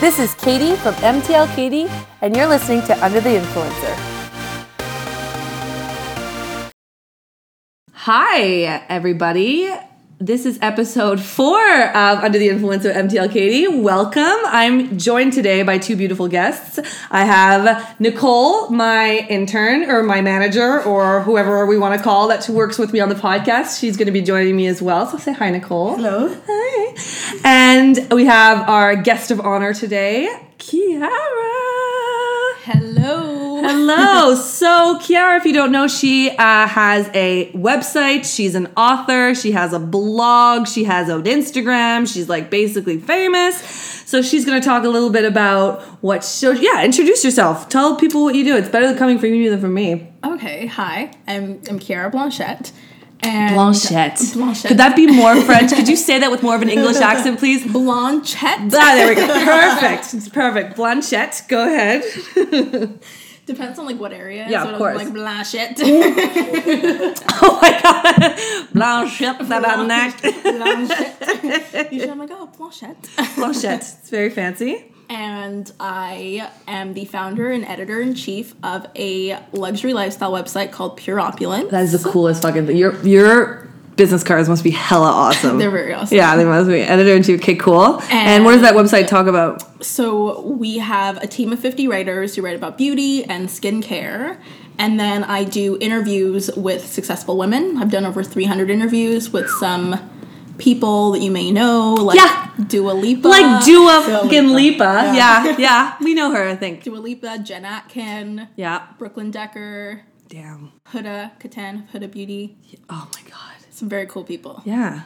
This is Katie from MTL Katie, and you're listening to Under the Influencer. Hi, everybody. This is episode four of Under the Influence with MTL Katie. Welcome. I'm joined today by two beautiful guests. I have Nicole, my intern or my manager or whoever we want to call that works with me on the podcast. She's going to be joining me as well. So say hi, Nicole. Hello. Hi. And we have our guest of honor today, Kiara. Hello. Hello. So, Kiara, if you don't know, she uh, has a website. She's an author. She has a blog. She has an Instagram. She's like basically famous. So, she's going to talk a little bit about what. So, yeah, introduce yourself. Tell people what you do. It's better coming from you than from me. Okay, hi. I'm I'm Kiara Blanchette. And Blanchette. Could that be more French? Could you say that with more of an English accent, please? Blanchette. Ah, there we go. Perfect. It's perfect. Blanchette, go ahead. Depends on like what area. Yeah, so of I'm course. Like Blanchette. Oh my God. Blanchette, that I'm next. Blanchette. Usually I'm like, oh, Blanchette. Blanchette. It's very fancy. And I am the founder and editor in chief of a luxury lifestyle website called Pure Opulence. That is the coolest fucking thing. Your your business cards must be hella awesome. They're very awesome. Yeah, they must be. Editor in chief. Okay, cool. And, And- what does that website talk about? So we have a team of 50 writers who write about beauty and skincare. And then I do interviews with successful women. I've done over 300 interviews with some people that you may know, like Yeah. Dua Lipa. Like Dua Dua fucking Lipa. Yeah. Yeah. yeah, We know her, I think. Dua Lipa, Jen Atkin, Yeah. Brooklyn Decker, Damn. Huda Katan, Huda Beauty. Oh my god. Some very cool people. Yeah.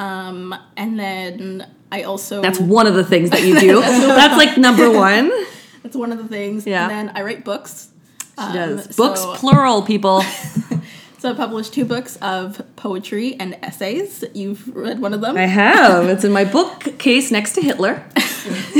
Um, and then I also. That's one of the things that you do. That's like number one. She that's one of the things. Yeah. And then I write books. Um, does. Books so- plural, people. So I published two books of poetry and essays. You've read one of them, I have. It's in my bookcase next to Hitler.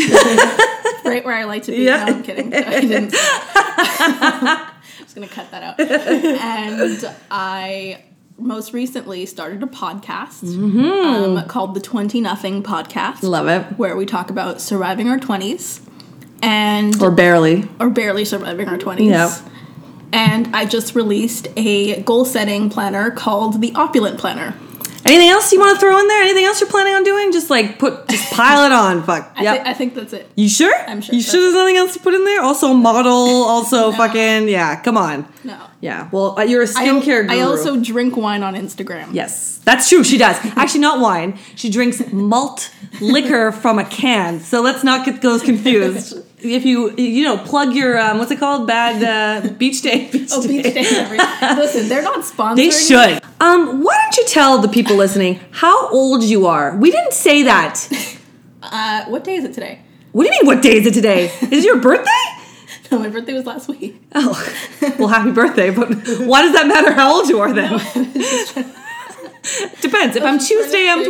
right where I like to be. Yeah. No, I'm kidding. I didn't. I'm just gonna cut that out. And I most recently started a podcast um, called the Twenty Nothing Podcast, Mm-hmm. Love it. where we talk about surviving our twenties and Or barely. or barely surviving our 20s. Yeah. And I just released a goal setting planner called the Opulent Planner. Anything else you want to throw in there? Anything else you're planning on doing? Just like put, just pile it on. Fuck. I, Yep. thi- I think that's it. you sure? I'm sure You so. sure there's nothing else to put in there? Also model. Also fucking yeah. Come on. No. Yeah. Well, uh, you're a I al- skincare guru. I also drink wine on Instagram. Yes, that's true. She does. Actually, not wine. She drinks malt liquor from a can. So let's not get those confused. If you you know plug your um, what's it called? Bad uh, beach day. Beach Oh, beach day. Listen, they're not sponsored. They should. Um, why don't you tell the people listening how old you are? We didn't say that. Uh, what day is it today? What do you mean? What day is it today? Is it your birthday? No, my birthday was last week. Oh, well, happy birthday. But why does that matter? How old you are then? Depends. If I'm just trying to Tuesday, I'm think.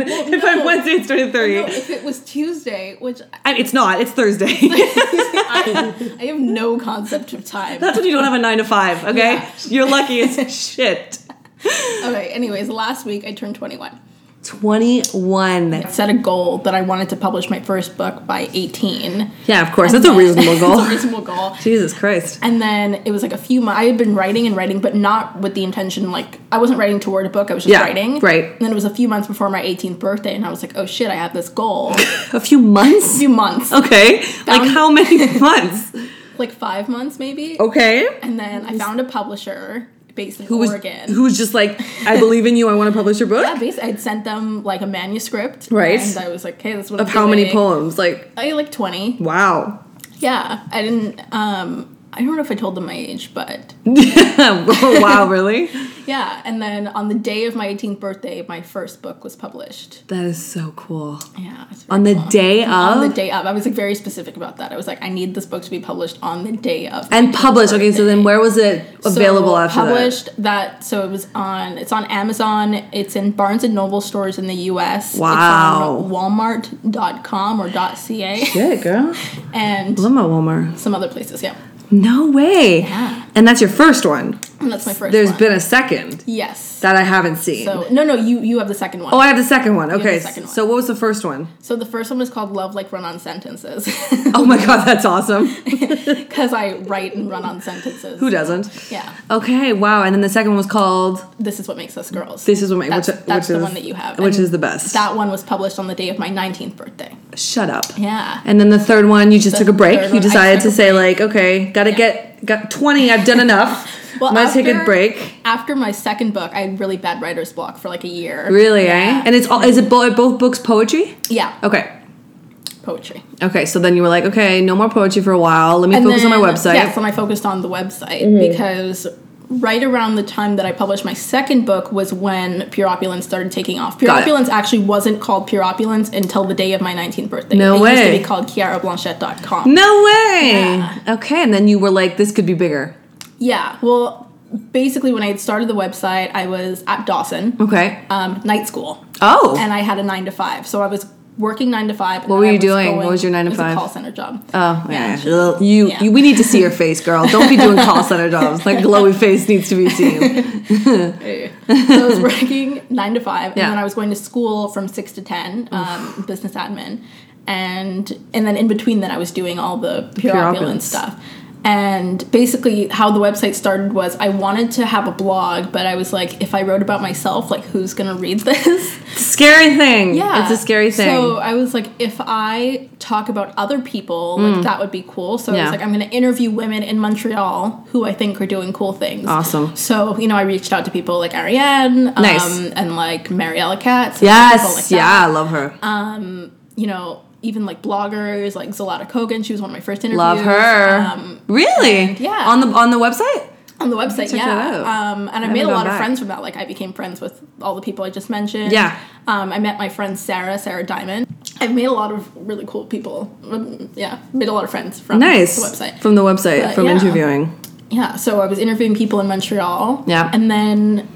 21. If I'm no. Wednesday, it's 23. No, if it was Tuesday, which I, And it's not. It's Thursday. I, I have no concept of time. That's when you don't have a nine to five. Okay, Yeah. you're lucky as shit. Okay, anyways, last week I turned 21. 21. I set a goal that I wanted to publish my first book by 18. Yeah, of course. And That's a then- reasonable It's goal. a reasonable goal. Jesus Christ. And then it was like a few months. I had been writing and writing, but not with the intention, like, I wasn't writing toward a book, I was just Yeah, writing. right. And then it was a few months before my 18th birthday, and I was like, oh shit, I have this goal. a A few months. few months. Okay. like Found- how many months? Like five months, maybe. Okay. And then I found a publisher based in Oh. Who was Oregon. who was just like, I believe in you. I want to publish your book. yeah, basically, I'd sent them like a manuscript. Right. And I was like, hey, this is what of I'm how many doing. poems? Like, I like 20. wow. Yeah. I didn't, um, I don't know if I told them my age, but Oh, wow, really? yeah. And then on the day of my 18th birthday, my first book was published. That is so cool. Yeah. it's very On the cool. day of on the day of, I was like very specific about that. I was like, I need this book to be published on the day of. my and published. Okay, so then where was it So, available after that? published that? so it was on it's on amazon it's in barnes and noble stores in the us Wow. it's on walmart.com or ca Good girl. and Limo Walmart. some other places yeah No way. Yeah. And that's your first one. And that's my first There's one. been a second Yes. that I haven't seen. so no, no, you you have the second one. oh, I have the second one. have the Okay, second one. so what was the first one? so the first one is called Love Like Run On Sentences. Oh my god, that's awesome. Because I write and run on sentences. Who doesn't? Yeah. Okay, wow. And then the second one was called This is what makes us girls. This Is What Makes that's, which, that's which is, the one that you have. Which and is the best. that one was published on the day of my 19th birthday. Shut up. Yeah. And then the third one, you just The took a third break. You one, I decided took to a say like, okay, gotta get got twenty. I've done enough. Well, I'm gonna take a after- break. After my second book, I had really bad writer's block for like a year. Really, yeah. eh? And it's all is it bo- are both books poetry? yeah, Okay. poetry. Okay, so then you were like, okay, no more poetry for a while. Let me And focus on my then- website. Mm-hmm. Yes, and I focused on the website because right around the time that I published my second book was when Pure Opulence started taking off. Pure Got it. Opulence actually wasn't called Pure Opulence until the day of my 19th birthday. No it used to way. be called KiaraBlanchette.com. No way. Yeah. Okay, and then you were like, this could be bigger. Yeah, well, basically when I had started the website, I was at Dawson, Okay. um, night school. Oh. and I had a nine to five. So I was working nine to five. and What then were I you doing? What was your nine to it was a five? call center job. Oh yeah, Yeah. Ugh, You, Yeah. you we need to see your face, girl. Don't be doing call center jobs. That glowy face needs to be seen. so I was working nine to five, and Yeah. then I was going to school from six to ten, um, business admin, and and then in between that I was doing all the pure Pure opulence opulence. stuff. And basically, how the website started was I wanted to have a blog, but I was like, if I wrote about myself, like who's gonna read this? Scary thing. Yeah. it's a scary thing. So I was like, if I talk about other people, like that would be cool. So I was Mm. Yeah. like, I'm gonna interview women in Montreal who I think are doing cool things. Awesome. So, you know, I reached out to people like Ariane, um, Nice. and like Mariella Katz. and people yes, like that. Um, yeah, I love her. You know, even like bloggers like Zalata Kogan, she was one of my first interviews. love her. Um, really? yeah. On the on the website. on the website, Check yeah. that out. Um, and I, made a haven't lot gone of back. friends from that. Like I became friends with all the people I just mentioned. Yeah. Um, I met my friend Sarah, Sarah Diamond. I've made a lot of really cool people. Um, yeah, made a lot of friends from Nice. the website. From the website. But, from yeah. interviewing. yeah, so I was interviewing people in Montreal. Yeah. And then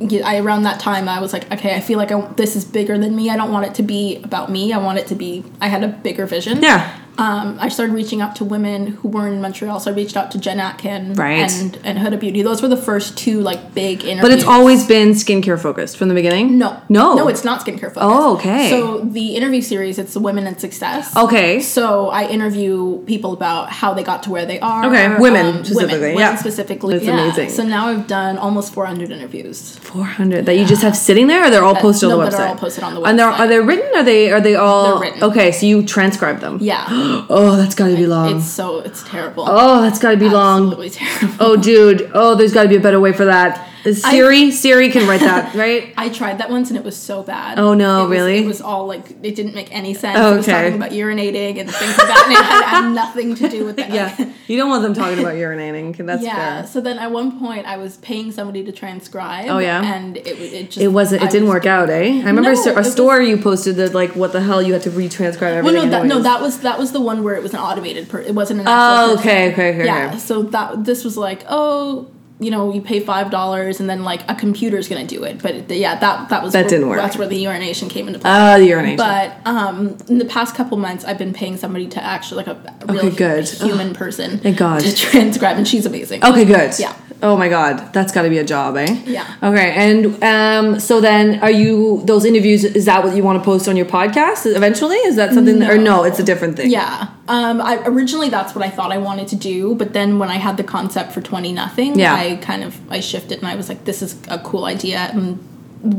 yeah, I around that time I was like, okay, I feel like I, this is bigger than me. I don't want it to be about me. I want it to be. I had a bigger vision. Yeah. Um, I started reaching out to women who were in Montreal. So I reached out to Jen Atkin Right. and and Huda Beauty. Those were the first two like big interviews. But it's always been skincare focused from the beginning. No. No. No, it's not skincare focused. Oh, okay. So the interview series, it's the women in success. okay. So I interview people about how they got to where they are. Um, Okay, women specifically, Women, yeah. women specifically. That's yeah. amazing. So now I've done almost 400 interviews. Four hundred that you just have sitting there, or they're all posted Uh, no, on the website. they're all posted on the And they're website. are they written? Are they are they all They're written. okay? So you transcribe them. Yeah. Oh, that's got to be long. it's so it's terrible. oh, that's got to be long. Absolutely terrible. Oh, dude. Oh, there's got to be a better way for that. Is Siri, Siri can write that, right? I tried that once and it was so bad. Oh, no, It was- really? It was all like it didn't make any sense. It was Okay. talking about urinating and things like that, and it had, had nothing to do with that. Yeah. You don't want them talking about urinating. 'cause That's Yeah. fair. So then at one point I was paying somebody to transcribe. Oh, yeah? And it w- it just It wasn't. It I didn't was- work out, eh? I remember a No, sto- it a, was- story you posted that like, what the hell? You had to retranscribe everything. Well, no, that, anyways. no, that was that was the one where it was an automated. Per- it wasn't an. Oh, actual person. okay, okay, okay, Yeah. okay. So that this was like, oh, you know, you pay five dollars, and then like a computer's gonna do it. But it, yeah, that that was That where- didn't work. That's where the urination came into play. Ah, the urination. but um, in the past couple months, I've been paying somebody to actually like a real Okay, good. human person thank God. to transcribe, and she's amazing. Okay, good. Yeah. Oh my God, that's got to be a job, eh? Yeah. Okay, and um, so then are you those interviews? Is that what you want to post on your podcast eventually? Is that something? That, or no, it's a different thing. Yeah. Um, I originally that's what I thought I wanted to do, but then when I had the concept for twenty nothing, Yeah. I kind of I shifted and I was like, this is a cool idea, and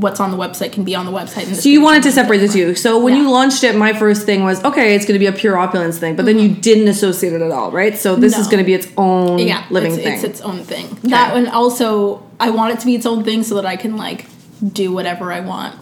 what's on the website can be on the website. And So you wanted to separate the two. So when Yeah. you launched it, my first thing was okay, it's going to be a pure opulence thing, but then you didn't associate it at all, right? So this is Mm-hmm. No. going to be its own yeah, living it's, thing. It's its own thing. That one also I want it to be its own thing so that I can like do whatever I want.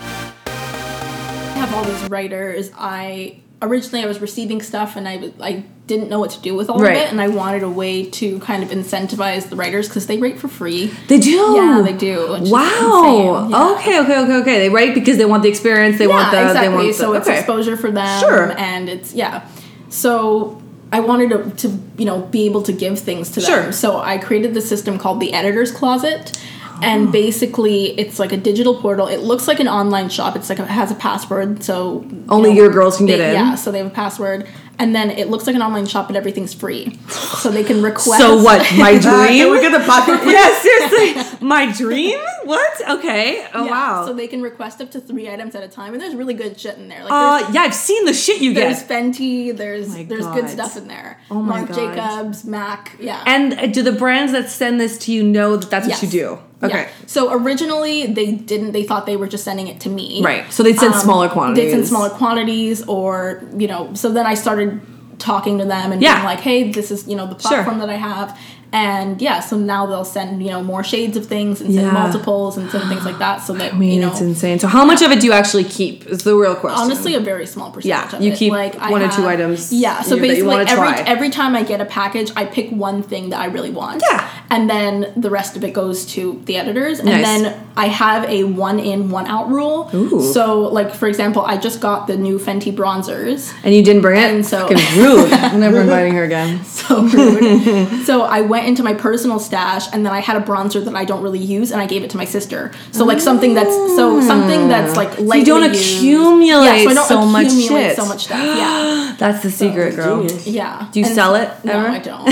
I have all these writers. I originally I was receiving stuff and I I didn't know what to do with all Right. of it, and I wanted a way to kind of incentivize the writers because they write for free. they do. Yeah, they do. which is Wow. insane. Yeah. Okay. Okay. Okay. Okay. They write because they want the experience. They want the. Yeah, exactly. They want the, so it's okay. exposure for them. Sure. And it's yeah. So I wanted to, to you know be able to give things to them. Sure. So I created the system called the Editor's Closet. Oh. and basically it's like a digital portal. It looks like an online shop. It's like a, it has a password, so you Only your girls can get they- in. Yeah, so they have a password, and then it looks like an online shop, but everything's free, so they can request. So what? My dream? Look at the pocket. yeah, seriously. My dream? What? Okay. Oh Yeah, wow. So they can request up to three items at a time, and there's really good shit in there. Like there's uh, yeah, I've seen the shit you There's get. Fenty. There's Oh my there's good God. stuff in there. Oh my Marc God. Jacobs, Mac. Yeah. And uh, do the brands that send this to you know that that's Yes. what you do? Yeah. Okay. So originally they didn't. They thought they were just sending it to me. Um, Right. So they send smaller quantities. They send smaller quantities, or you know. So then I started talking to them and Yeah. being like, "Hey, this is you know the platform that I have." And yeah, so now they'll send you know more shades of things and send Yeah. multiples and send things like that, so that I mean, you know it's insane. So how much of it do you actually keep? Is the real question. honestly a very small percentage Yeah, of you it. keep like I one or have- two items yeah that so you basically wanna every try. every time i get a package i pick one thing that i really want Yeah. and then the rest of it goes to the editors and Nice. then i have a one in one out rule Ooh. so like for example i just got the new fenty bronzers and you didn't bring it. And so- Fucking rude. I'm never inviting her again. so rude. so I went into my personal stash, and then I had a bronzer that I don't really use, and I gave it to my sister. So like something that's so something that's like lightly don't used. accumulate yeah, so, I don't so much accumulate shit. so much stuff. Yeah, That's the secret, girl. yeah. Do you And sell it No, ever? I don't.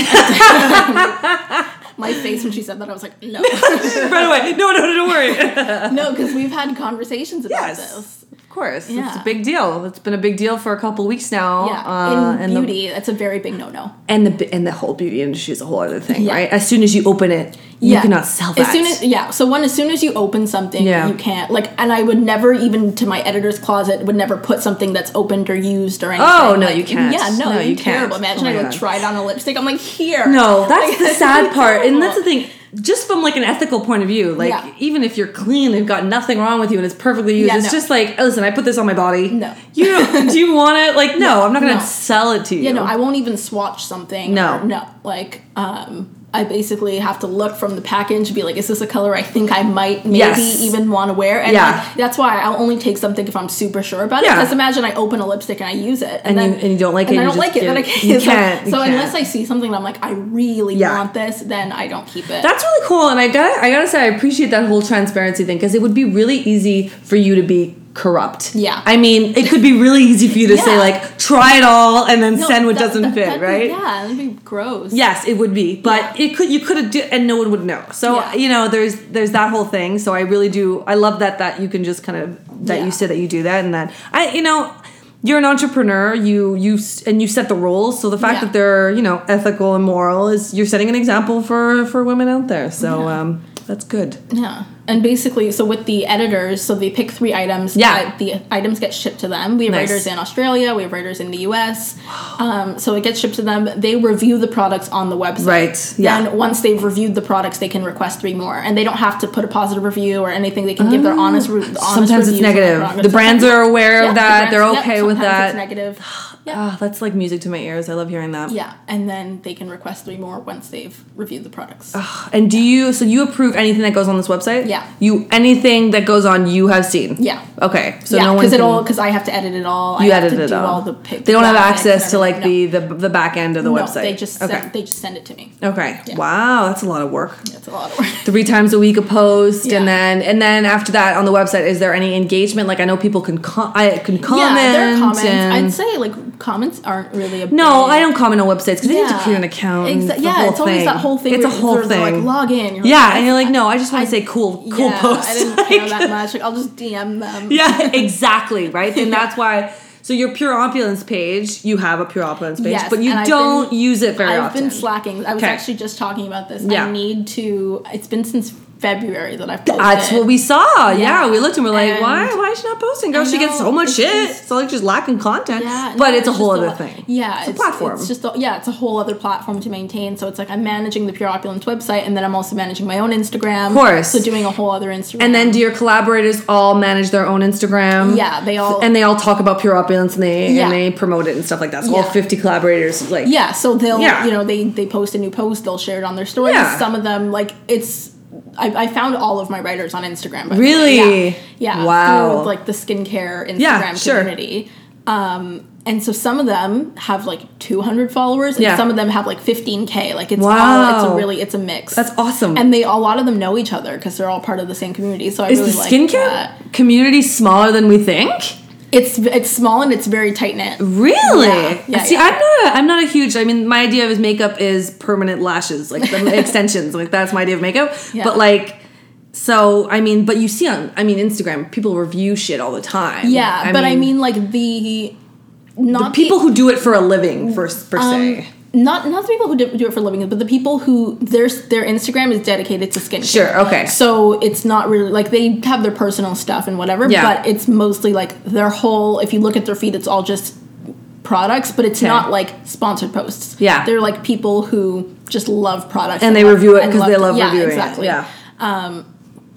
my face when she said that, I was like, no, By the way, no, no, no, don't worry. no, because we've had conversations about Yes. this. of course, it's Yeah. a big deal. It's been a big deal for a couple weeks now. Yeah, uh, in and the- beauty, that's a very big no-no. and the and the whole beauty industry is a whole other thing, Yeah. right? As soon as you open it, you cannot sell that. As soon as yeah, so one as soon as you open something, Yeah. you can't like. And I would never even to my editor's closet would never put something that's opened or used or anything. Oh, no, Like, you can't. Yeah, no, No, you you can't. terrible. Imagine Oh my I God. like tried on a lipstick. I'm like here. no, that's Like, the sad part, and that's the terrible. thing. Just from like an ethical point of view, like Yeah. even if you're clean and got nothing wrong with you and it's perfectly used, Yeah, it's no. just like, oh, listen, I put this on my body. No. you don't, do you want it? Like, no, I'm not gonna no. sell it to you. Yeah, no, I won't even swatch something. No. or- no, like um. I basically have to look from the package, be like, is this a color I think I might maybe Yes. even want to wear? And Yeah. like, that's why I'll only take something if I'm super sure about it. Yeah. Because imagine I open a lipstick and I use it, And you- and you don't like it, and I you don't just like it, then I give- can't. you so can't, you so unless can't. I see something that I'm like, I really Yeah. want this, then I don't keep it. That's really cool, and I got I gotta say I appreciate that whole transparency thing because it would be really easy for you to be corrupt. Yeah. I mean, it could be really easy for you to say Yeah. like try it all and then No, send what that- doesn't that- fit, that'd be- right? Yeah, that'd be gross. Yes, it would be, but Yeah. it could you could have do, and no one would know. So Yeah. you know, there's there's that whole thing. So I really do. I love that that you can just kind of that Yeah. you say that you do that and that I you know. You're an entrepreneur. You you s- and you set the rules. So the fact Yeah. that they're you know ethical and moral is you're setting an example for for women out there. So um, that's good. Yeah. And basically, so with the editors, so they pick three items. Yeah. but The items get shipped to them. We have Nice. writers in Australia, we have writers in the US. Um, so it gets shipped to them. They review the products on the website. Right, yeah. And once they've reviewed the products, they can request three more. And they don't have to put a positive review or anything. They can give their honest, re- honest Sometimes it's reviews on the negative. products. The brands are aware Yeah, of the that. They're brands- yep, okay with sometimes It's that. negative. Yeah. Ah, that's like music to my ears. I love hearing that. Yeah, and then they can request three more once they've reviewed the products. And do you so you approve anything that goes on this website? Yeah. You anything that goes on you have seen. Yeah. Okay. So yeah, no one because can, it all because I have to edit it all. you I have edited to it do all. all the pic- they don't have graphics and access to like everything. the, the the back end of the No. website. No, they just okay. send, they just send it to me. okay. Yeah. Wow, that's a lot of work. That's a lot of work. Three times a week a post, Yeah. and then and then after that on the website, is there any engagement? Like I know people can com- I can comment. yeah, there are comments. and- I'd say like comments aren't really a No, big- I don't comment on websites because you have to Yeah. create an account. and Exa- the yeah, whole it's always thing. that whole thing. It's a where you whole sort of, thing. Like log in. You're like, yeah, I- and you're like, no, I just want to say cool, cool yeah, post. I didn't care Like- that much. Like, I'll just DM them. yeah, exactly, right? And that's why. So your pure opulence page, you have a pure opulence page, Yes, but you and I've don't been- use it very I've often. been slacking. I was Okay. actually just talking about this. Yeah. I need to. It's been since February that I've. Posted. That's what we saw. Yeah, Yeah. we looked and we're like, why? And- Why is she not posting? Girl, I she gets know, so much it's shit. just- so like she's lacking content. Yeah, but no, it's a whole just other lot- thing. Yeah, it's, a platform. It's just a, yeah, it's a whole other platform to maintain. So it's like I'm managing the Pure Opulence website, and then I'm also managing my own Instagram. Of course. so doing a whole other Instagram. and then do your collaborators all manage their own Instagram? Yeah, they all- and they all talk about pure opulence and they Yeah. and they promote it and stuff like that. So all Yeah. fifty collaborators like yeah, so they'll Yeah. you know they they post a new post, they'll share it on their stories. Yeah. Some of them like it's. I, I found all of my writers on Instagram. By the way. Really? Yeah. yeah Wow. Through, like the skincare Instagram Yeah, sure. community. Um, and so some of them have like 200 followers, and Yeah. some of them have like 15k. Like it's all it's Wow. a really it's a mix. That's awesome. And they a lot of them know each other because they're all part of the same community. So I Is really the like skincare that. community smaller than we think? It's it's small and it's very tight knit. Really? Yeah, yeah, See, yeah. I'm not. A, I'm not a huge. I mean, my idea of makeup is permanent lashes, like the extensions. Like that's my idea of makeup. Yeah. But like, so I mean, but you see on. I mean, Instagram people review shit all the time. Yeah, but I mean like the not the- people who do it for a living, first per se. um, not not the people who do, do it for a living, but the people who their their Instagram is dedicated to skincare. Sure, okay. So it's not really like they have their personal stuff and whatever, Yeah. but it's mostly like their whole. If you look at their feed, it's all just products, but it's Okay. not like sponsored posts. Yeah. they're like people who just love products And they review it 'cause and they love yeah, reviewing it. Exactly. Yeah.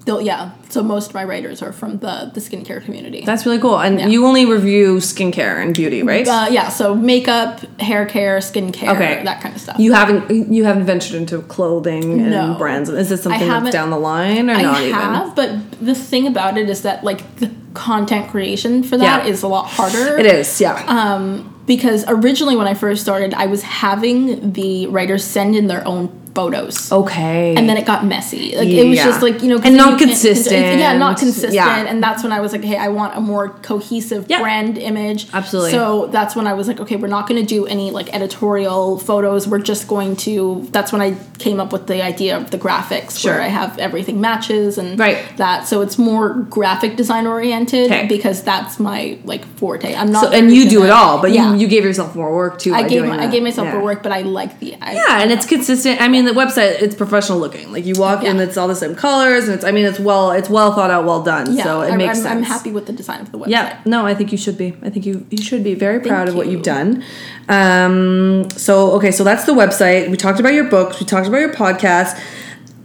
They'll- yeah. So most of my writers are from the the skincare community. That's really cool. And you only review skincare and beauty, right? uh, yeah. So makeup, hair care, skincare, okay, that kind of stuff. You haven't. You haven't ventured into clothing and No. brands. Is this I something that's haven't- down the line or I not even? have, but the thing about it is that like the content creation for that is Yeah. a lot harder. It is. Yeah. because originally when I first started, I was having the writers send in their own photos. okay. And then it got messy. Like it was Yeah. just like you know, 'cause And then not you can't control- it's- Yeah, consistent. not consistent. Yeah. And that's when I was like, hey, I want a more cohesive Yeah. brand image. Absolutely. So that's when I was like, okay, we're not going to do any like editorial photos. We're just going to. That's when I came up with the idea of the graphics, Sure. where I have everything matches and Right. that. So it's more graphic design oriented 'Kay. because that's my like forte. I'm not. So, and you very do good it at- all, but yeah. you, you gave yourself more work too. I by gave doing my, I that. gave myself yeah. more work, but I like the I, Yeah, and it's consistent. I mean, the website it's professional looking. Like you walk in, Yeah. it's all the same colors, and it's I mean, it's well, it's well thought out, well done. Yeah, so it I, makes am sense. I'm happy with the design of the website. Yeah, no, I think you should be. I think you you should be very proud of what you. you've done. Um, so okay, so that's the website. We talked about your books. We talked about your podcast.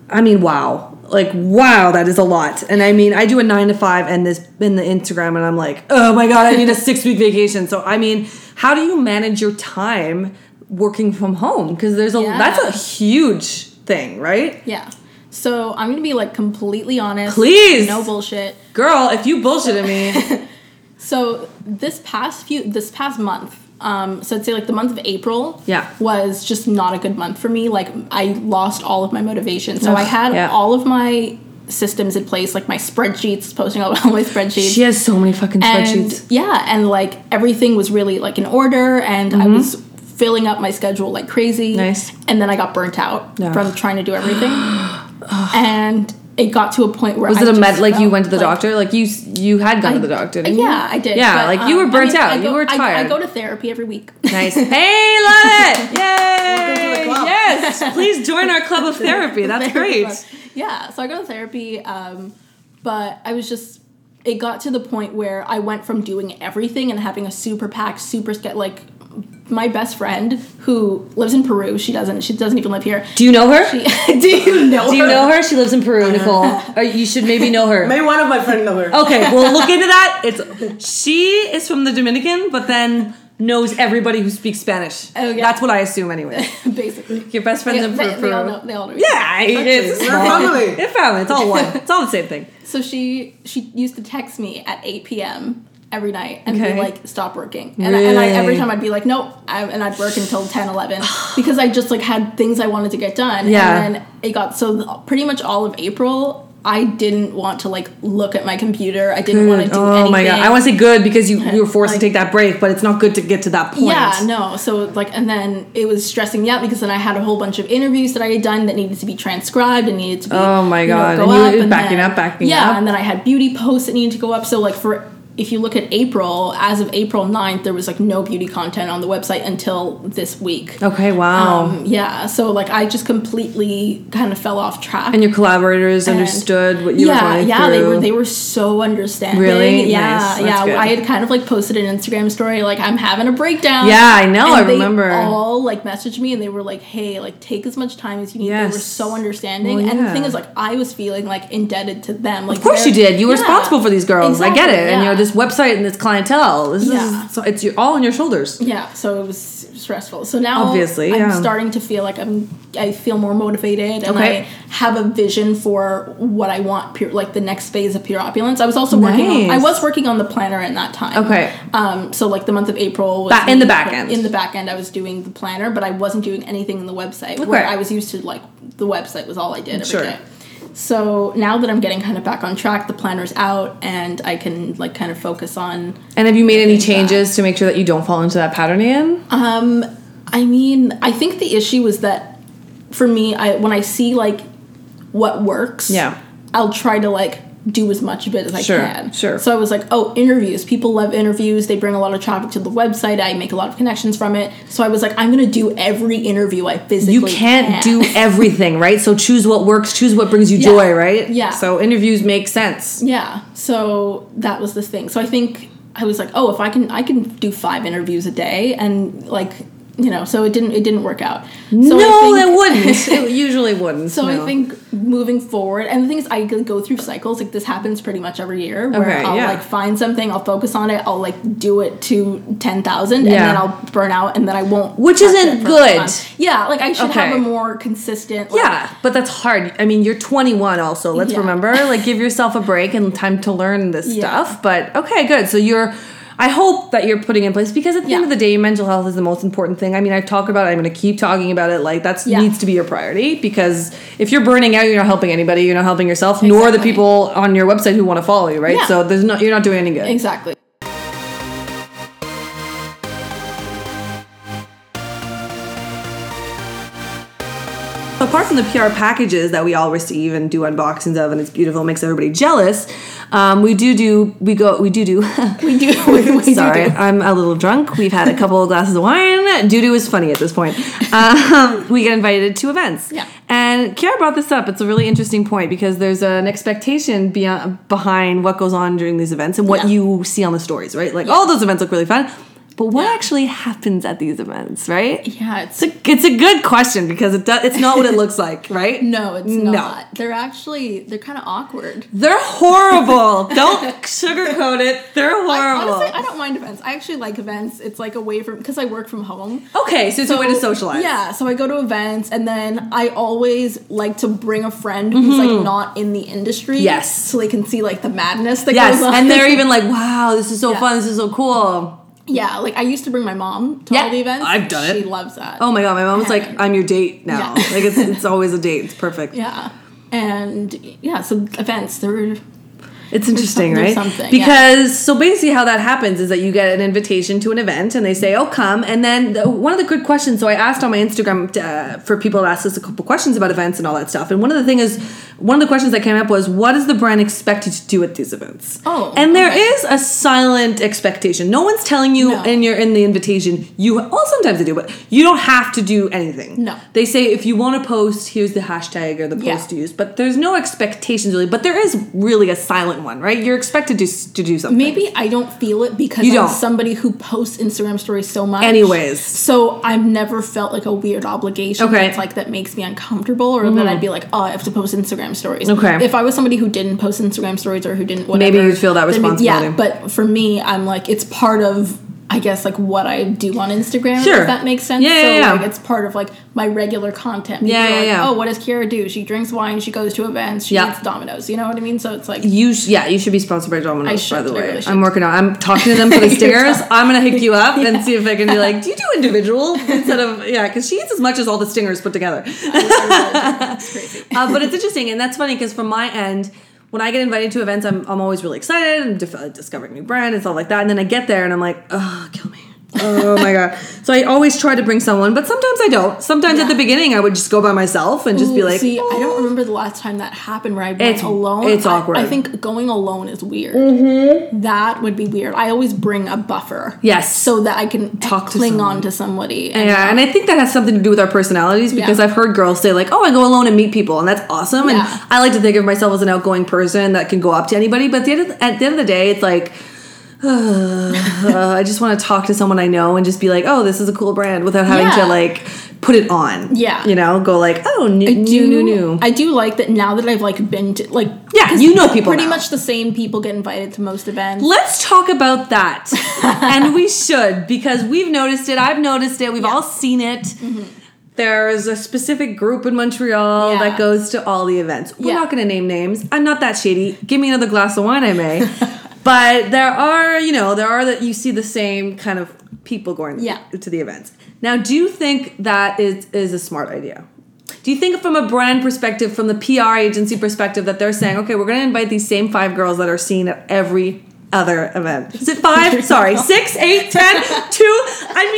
I mean, wow, like wow, that is a lot. And I mean, I do a nine to five and this in the Instagram, and I'm like, oh my god, I need a six week vacation. So I mean, how do you manage your time working from home? Because there's a Yeah. that's a huge thing, right? Yeah. So I'm gonna be like completely honest. Please. No bullshit. Girl, if you bullshitted me, So this past few this past month, um, so I'd say like the month of April Yeah. was just not a good month for me. Like I lost all of my motivation. So I had yeah. all of my systems in place, like my spreadsheets, posting all, all my spreadsheets. she has so many fucking and spreadsheets. yeah and like everything was really like in order and i was filling up my schedule like crazy Mm-hmm. Nice. and then i got burnt out Yeah. from trying to do everything and it got to a point where Was I it a just med? Like you felt went to the like- doctor? Like you s- you had gone to the doctor? Didn't you? yeah i did Yeah, but, like you um, were burnt I mean, I out. go- you were I- tired. I, go to therapy every week nice. Hey, love it! Yay! club. Yes, please join our club of therapy. That's Therapy great. club. Yeah, so I go to therapy, um, but I was just. It got to the point where I went from doing everything and having a super packed, super ske- like my best friend who lives in Peru. She doesn't. She doesn't even live here. Do you know her? Do you know? Do you know her? She lives in Peru, Nicole. Or you should maybe know her. Maybe one of my friends know her. Okay, well look into that. It's she is from the Dominican, but then knows everybody who speaks Spanish. Oh, yeah. That's what I assume anyway. Basically, Your best friend's they, in they- Peru. they all know. They all know. Yeah, it's We're small. family. It's family. It's all one. It's all the same thing. So she she used to text me at 8 p.m. every night and Okay. be like, "Stop working." And, I, and I, every Really? time I'd be like, "Nope," I, and I'd work until 10, 11 because I just like had things I wanted to get done. Yeah. And then it got so th- pretty much all of April. I didn't want to like look at my computer. I didn't want to Good. do oh anything. my god! I want to say good because you, you were forced Like- to take that break, but it's not good to get to that point. Yeah, no. So like, and then it was stressing me out because then I had a whole bunch of interviews that I had done that needed to be transcribed and needed to be. Oh my you know, God. go And you up were backing then- up, backing yeah, up. and then I had beauty posts that needed to go up. So like for if you look at April, as of April 9th, there was like no beauty content on the website until this week. Okay. Oh, Wow. Um, yeah, so like I just completely kind of fell off track. and your collaborators And- understood what you yeah, were going yeah, through. they were they were so understanding. Really? Yeah, Nice. That's yeah. good. I had kind of like posted an Instagram story like I'm having a breakdown. Yeah, I know, And I they remember. All like messaged me and they were like, "Hey, like take as much time as you need." They were Yes. so understanding. Well, and yeah. the thing is, like I was feeling like indebted to them. Like of course, you they're- did. You were Yeah. responsible for these girls. I get Exactly, it. And you yeah. know this website and this clientele. This Yeah. is so it's your, all on your shoulders. Yeah, so it was, it was stressful. So now Obviously, I'm yeah. starting to feel like I'm I feel more motivated and Okay. I have a vision for what I want pure, like the next phase of pure opulence. I was also working on, I Nice. was working on the planner at that time. Okay. Um so like the month of April was Ba- in the back end. In the back end I was doing the planner, but I wasn't doing anything in the website where Okay. I was used to like the website was all I did every day. Sure. So now that I'm getting kind of back on track, the planner's out and I can like kind of focus on And have you made any changes to make sure that you don't fall into that pattern again? Um, I mean, I think the issue is that for me, I when I see like what works, Yeah. I'll try to like do as much of it as I Sure, can. sure. So I was like, oh, interviews. People love interviews. They bring a lot of traffic to the website. I make a lot of connections from it. So I was like, I'm gonna do every interview I physically. You can't do everything, right? So choose what works, choose what brings you Yeah. joy, right? Yeah. So interviews make sense. Yeah. So that was the thing. So I think I was like, oh, if I can, I can do five interviews a day, and like, you know. So it didn't. It didn't work out. So I no, think- it wouldn't. It usually wouldn't. So no. I think moving forward, and the thing is, I go through cycles. Like this happens pretty much every year, where Okay, I'll yeah. like find something, I'll focus on it, I'll like do it to ten thousand, and Yeah. then I'll burn out, and then I won't. Which touch isn't it for a good. month. Yeah, like I should have Okay. a more consistent. Like, Yeah, but that's hard. I mean, you're 21 also. Let's Yeah. remember, like give yourself a break and time to learn this Yeah. stuff. But okay, good. So you're I hope that you're putting in place because at the end Yeah. of the day, mental health is the most important thing. I mean, I've talked about it. I'm going to keep talking about it. Like that's Yeah. needs to be your priority because if you're burning out, you're not helping anybody. You're not helping yourself, nor the Exactly. people on your website who want to follow you, right? Yeah. So there's no you're not doing any good. Exactly. So apart from the PR packages that we all receive and do unboxings of, and it's beautiful, makes everybody jealous. Um, we do do we go we do do We do. We, we do Sorry, do. I'm a little drunk. We've had a couple of glasses of wine. Doo doo is funny at this point. Um, we get invited to events. Yeah. And Kara brought this up. It's a really interesting point because there's an expectation beyond, behind what goes on during these events and what Yeah. you see on the stories, right? Like, all those events look really fun. But what actually happens at these events, right? Yeah, it's It's a, it's a good question because it does, it's not what it looks like, right? no, it's No. not. They're actually they're kind of awkward. They're horrible. Don't sugarcoat it. They're horrible. I, honestly, I don't mind events. I actually like events. It's like away from because I work from home. okay, so it's a way to socialize. Yeah, so I go to events and then I always like to bring a friend who's like not in the industry. Mm-hmm. Yes. So they can see like the madness that Yes, goes on. and they're even like, "Wow, this is so Oh Yeah. fun! This is so cool!" Yeah, like I used to bring my mom to Yeah, all the events. I've done she it. She loves that. Oh my god, my mom was like, "I'm your date now." Yeah. Like it's, it's always a date. It's perfect. Yeah. And yeah, so events, they're It's interesting, right? there's something, yeah. because so basically, how that happens is that you get an invitation to an event, and they say, "Oh, come!" And then the, one of the good questions. So I asked on my Instagram uh, for people to ask us a couple questions about events and all that stuff. And one of the thing is, one of the questions that came up was, "What is the brand expected to do at these events?" Oh, and there okay. is a silent expectation. No one's telling you, No. and you're in the invitation. You well, sometimes they do, but you don't have to do anything. No. they say if you want to post, here's the hashtag or the Yeah. post used, but there's no expectations really. But there is really a silent one, right? You're expected to to do something. maybe I don't feel it because You I'm don't. somebody who posts Instagram stories so much. Anyways. So I've never felt like a weird obligation Okay. Mm-hmm. that's like that makes me uncomfortable or that I'd be like, oh, I have to post Instagram stories. Okay. If I was somebody who didn't post Instagram stories or who didn't whatever. Maybe you'd feel that then maybe- responsibility. yeah, but for me, I'm like it's part of I guess like what I do on Instagram, Sure. if that makes sense. Yeah, yeah, so yeah. like it's part of like my regular content. Yeah, People are yeah, like, yeah. Oh, what does Kiara do? She drinks wine, she goes to events, she Yeah. eats dominoes, you know what I mean? So it's like You sh- yeah, you should be sponsored by Domino's. I by should, the I way, really should. I'm working on. I'm talking to them for the You're stickers. talking- I'm gonna hook you up and see if I can be like, do you do individual instead of yeah? Because she eats as much as all the stingers put together. it's crazy. uh, but it's interesting, and that's funny because from my end, when I get invited to events, I'm, I'm always really excited. I'm def- uh, discovering new brand and stuff like that. And then I get there and I'm like, oh, kill me. oh my god! So I always try to bring someone, but sometimes I don't. Sometimes at the beginning, I would just go by myself and just be Ooh, like, see, I "Oh." don't remember the last time that happened where I went It's- alone. it's I- awkward. Mm-hmm. I, think going alone is weird. That would be weird. I always bring a buffer. Yes. So that I can Talk to cling someone. on to somebody. Yeah, and I think that has something to do with our personalities because Yeah. I've heard girls say like, "Oh, I go alone and meet people," and that's awesome. Yeah. And I like to think of myself as an outgoing person that can go up to anybody. But at the end of the, at the, end of the day, it's like. uh, I just want to talk to someone I know and just be like, "Oh, this is a cool brand," without having Yeah. to like put it on. Yeah. You know, go like, oh, new, I new, do, new, new. I do like that now that I've like been to like Yeah, 'cause you know people Pretty now. much the same people get invited to most events. Let's talk about that. and we should, because we've noticed it. I've noticed it. We've all seen it. Mm-hmm. There's a specific group in Montreal Yeah. that goes to all the events. We're Yeah. not going to name names. I'm not that shady. Give me another glass of wine, I may. but there are, you know, there are that you see the same kind of people going Yeah. to the events. Now, do you think that is, is a smart idea? Do you think from a brand perspective, from the PR agency perspective, that they're saying, okay, we're going to invite these same five girls that are seen at every other event? Is it five? Sorry, six, eight, ten, two? I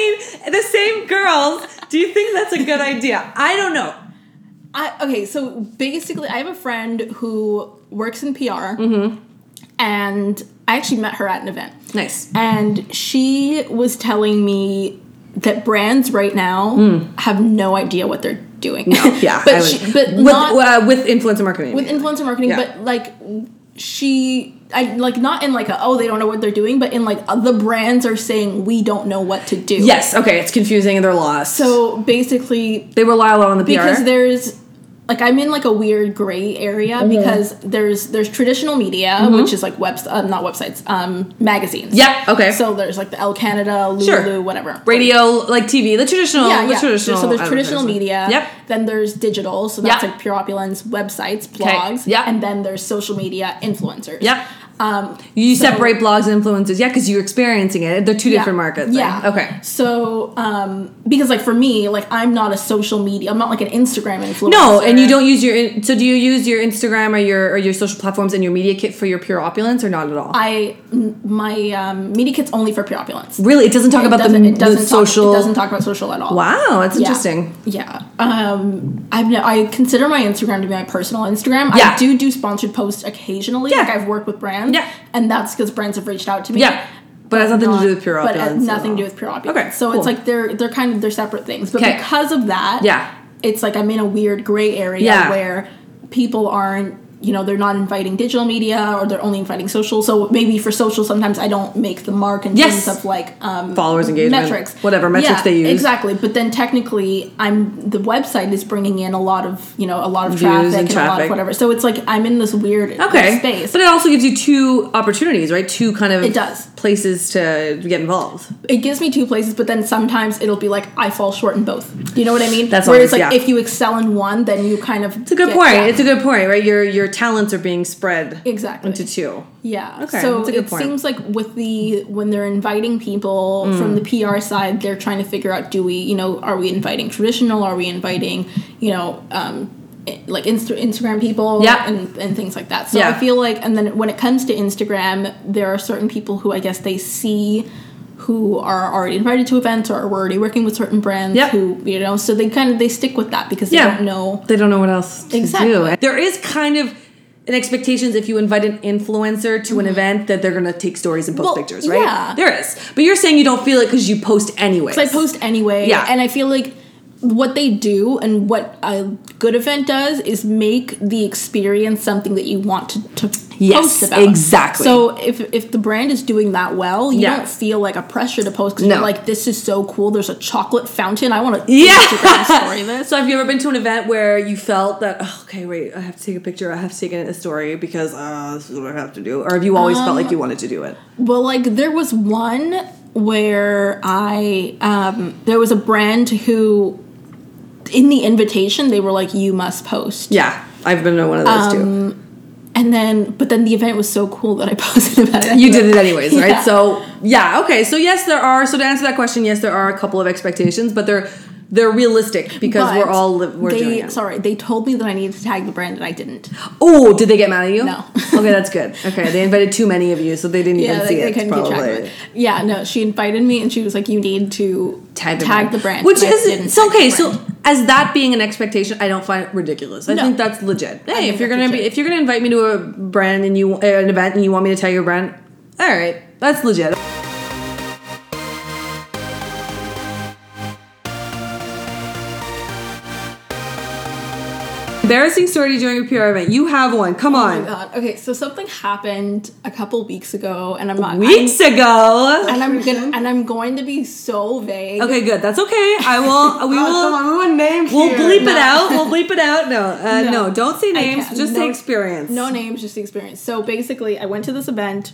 mean, the same girls. Do you think that's a good idea? I don't know. I, okay, so basically, I have a friend who works in PR, Mm-hmm. and I actually met her at an event. Nice. And she was telling me that brands right now have no idea what they're doing. Hmm. Yeah, I but would- she, but with, not uh, with influencer marketing. with influencer marketing, Yeah. but like she. I, like not in like a oh they don't know what they're doing but in like the brands are saying we don't know what to do yes. Okay, it's confusing and they're lost. so basically they rely a lot on the PR. because there's like I'm in like a weird gray area Mm-hmm. because there's there's traditional media which is like webs uh, not websites um magazines yeah. Okay. so there's like the El Canada Lulu Sure. whatever radio, like TV, the traditional, yeah, the yeah. traditional. so there's traditional advertisement. media Yep. then there's digital so that's Yep. like pure opulence websites blogs Yep. and then there's social media influencers Yep. um You so- separate blogs and influencers, yeah, because you're experiencing it. They're two Yeah. different markets. then. Yeah. Okay. So, um, because like for me, like I'm not a social media, I'm not like an Instagram influencer. No, and you don't use your. in- So do you use your Instagram or your or your social platforms and your media kit for your pure opulence or not at all? I m- my um, media kit's only for pure opulence. really, it doesn't talk It about the, doesn't- it the doesn't talk- social. it doesn't talk about social at all. wow, that's Yeah. interesting. Yeah. Um, I've no, I consider my Instagram to be my personal Instagram. Yeah. I do do sponsored posts occasionally. Yeah. Like I've worked with brands. Yeah. And that's because brands have reached out to me. Yeah, but it has nothing Not- to do with pure but it opulence. has at nothing to all. do with pure opulence. Okay, So cool. it's like they're they're kind of they're separate things. But 'Kay. because of that, Yeah. it's like I'm in a weird gray area Yeah. where people aren't you know they're not inviting digital media or they're only inviting social so maybe for social sometimes i don't make the mark in Yes. terms of like um Followers, engagement, metrics whatever metrics Yeah, they use. exactly but then technically i'm the website is bringing in a lot of you know a lot of Views traffic and and, a lot traffic. of whatever so it's like i'm in this weird Okay, space but it also gives you two opportunities, right? Two kind of It does. places to get involved. it gives me two places, but then sometimes it'll be like I fall short in both. You know what I mean? That's Whereas always- like yeah. if you excel in one, then you kind of It's a good point. It's a good point, right? Your your talents are being spread Exactly. into two. yeah. Okay, so that's a good it point. Mm. seems like with the when they're inviting people from the PR side, they're trying to figure out do we you know are we inviting traditional? Are we inviting you know um, i- like Insta- Instagram people? Yeah. and and things like that. So Yeah. I feel like and then when it comes to Instagram, there are certain people who I guess they see who are already invited to events or are already working with certain brands Yep. who you know so they kind of they stick with that because they don't know They don't know what else to Exactly. do. There is kind of an expectations if you invite an influencer to an event that they're gonna take stories and post Mm-hmm. Well, pictures, right? yeah. There is. But you're saying you don't feel it because you post anyway. So I post anyway. Yeah. And I feel like what they do and what a good event does is make the experience something that you want to, to Yes, post about. exactly. So if if the brand is doing that well, you Yeah. don't feel like a pressure to post 'cause No. you're like, this is so cool. There's a chocolate fountain. I want to Yeah. Instagram story this. So have you ever been to an event where you felt that "Oh, okay, wait, I have to take a picture, I have to take a story because uh, this is what I have to do, or have you always Um, felt like you wanted to do it? Well, like there was one where I um there was a brand who in the invitation they were like you must post Yeah, I've been to one of those um, too. And then, but then the event was so cool that I posted about it. You did it anyways, right? Yeah. So yeah, okay. So yes, there are. So to answer that question, yes, there are a couple of expectations, but they're they're realistic because But we're all li- we're they, doing it. Sorry, they told me that I needed to tag the brand, and I didn't. Oh, did they get mad at you? No. okay, that's good. Okay, they invited too many of you, so they didn't Yeah, even they, see they it. couldn't probably. keep track of it. Yeah, no, she invited me, and she was like, "You need to Tag the brand. the brand," which and I didn't is so tag the okay. So brand. as that being an expectation, I don't find it ridiculous. I No. think that's legit. Hey, think if you're that's gonna be legit. if you're gonna invite me to a brand and you uh, an event and you want me to tag your brand, all right, that's legit. Embarrassing story during a PR event. You have one. Come Oh my on. god. Okay, so something happened a couple weeks ago, and I'm not. Weeks ago. I'm- and I'm gonna and I'm going to be so vague. Okay, good. That's okay. I will. We Oh, come will. on, we want names We'll here. bleep it out. We'll bleep it out. No, uh, no. No. Don't say names. can't. Just No- say experience. No names, just the experience. So basically, I went to this event,